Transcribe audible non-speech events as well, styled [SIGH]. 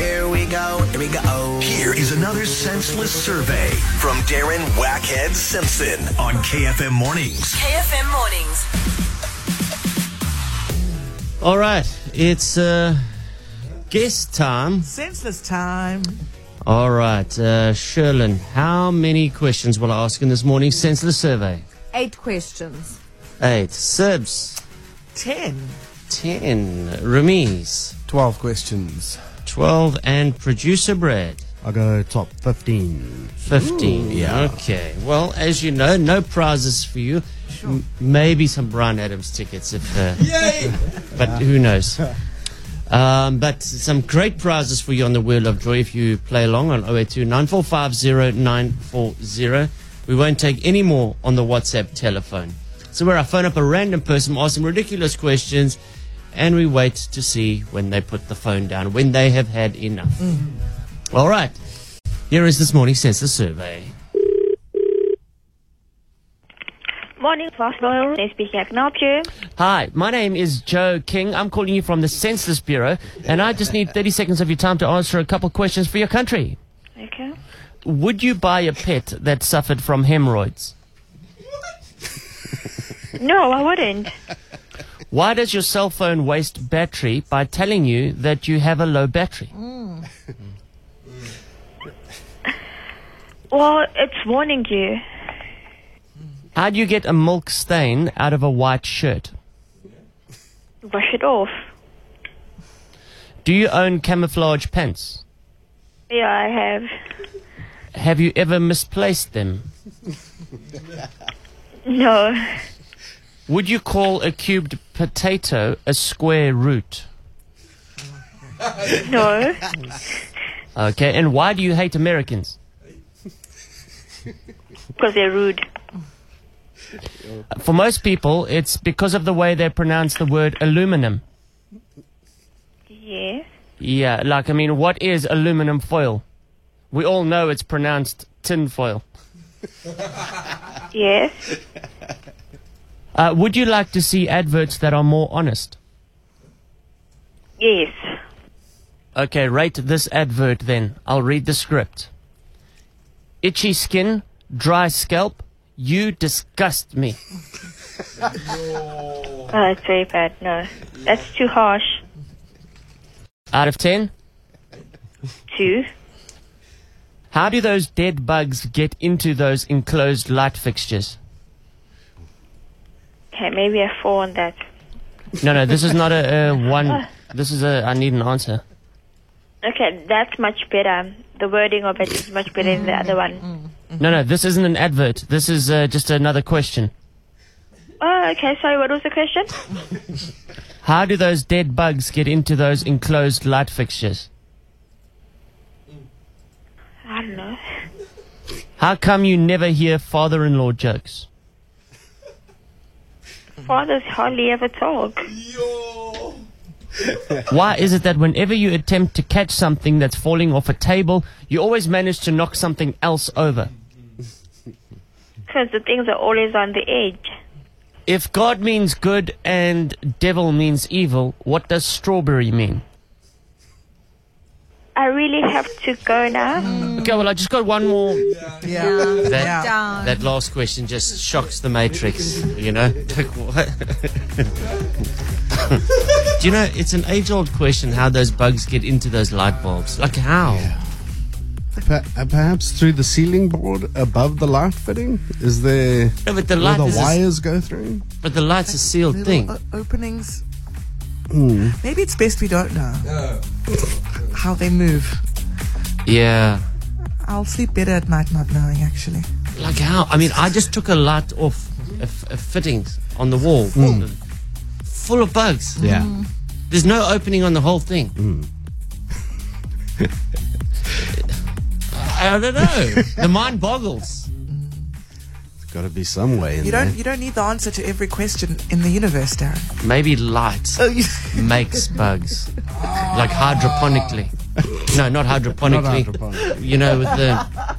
go, here we go. Here is another senseless survey from Darren Wackhead Simpson on KFM Mornings. KFM Mornings. All right, it's uh, guest time. Senseless time. All right, uh, Sherlyn, how many questions will I ask in this morning's senseless survey? Eight questions. Eight. Sibs, Ten. ten. Ramiz, 12 questions. twelve. And producer Brad, I go top 15. fifteen. yeah. Okay. Well, as you know, no prizes for you. M- maybe some Brian Adams tickets, if. Uh, [LAUGHS] But who knows? Um, but some great prizes for you on the Wheel of Joy if you play along on 082 9450 940. We won't take any more on the WhatsApp telephone. So, where I phone up a random person, ask them ridiculous questions, and we wait to see when they put the phone down, when they have had enough. All right. Here is this morning's census survey. Morning, Foxborough. Nice speaking. I can help you. Hi, my name is Joe King. I'm calling you from the Census Bureau, and I just need 30 seconds of your time to answer a couple questions for your country. Okay. Would you buy a pet that suffered from hemorrhoids? No, I wouldn't. Why does your cell phone waste battery by telling you that you have a low battery? Well, it's warning you. How do you get a milk stain out of a white shirt? Brush it off. Do you own camouflage pants? Yeah, I have. Have you ever misplaced them? No. Would you call a cubed potato a square root? No. Okay, and why do you hate Americans? Because they're rude. For most people, it's because of the way they pronounce the word aluminum. Yes. Yeah, like, I mean, what is aluminum foil? We all know it's pronounced tin foil. Yes. Uh, would you like to see adverts that are more honest? Yes. Okay, rate this advert then. I'll read the script. Itchy skin, dry scalp, you disgust me. Oh, that's very bad. No. That's too harsh. Out of 10, Too. how do those dead bugs get into those enclosed light fixtures? Okay, maybe a four on that. No, no, this is not a, a one. This is a, I need an answer. Okay, that's much better. The wording of it is much better than the other one. No, no, this isn't an advert. This is uh, just another question. Oh, okay. Sorry, what was the question? How do those dead bugs get into those enclosed light fixtures? I don't know. How come you never hear father in law jokes? Fathers hardly ever talk. Why is it that whenever you attempt to catch something that's falling off a table, you always manage to knock something else over? Because the things are always on the edge. If God means good and devil means evil, what does strawberry mean? I really have to go now. Okay, well, I just got one more. Yeah. That, Down. that last question just shocks the matrix, you know? [LAUGHS] Like, what? Do you know, it's an age old question how those bugs get into those light bulbs. Like, how? Per- uh, perhaps through the ceiling board above the light fitting? Is there No, but the where light the is a- wires go through? but the light's a sealed thing. uh, Little o- openings. Maybe it's best we don't know how they move. Yeah. I'll sleep better at night not knowing, actually. Like, how? I mean, I just took a light off a, f- a fitting on the wall full of bugs. Hmm. Yeah. Hmm. There's no opening on the whole thing. [LAUGHS] I don't know. The mind boggles. There's got to be some way in You there. don't you don't need the answer to every question in the universe, Darren. Maybe light makes bugs, like hydroponically. No, not hydroponically. hydroponic. You know, with the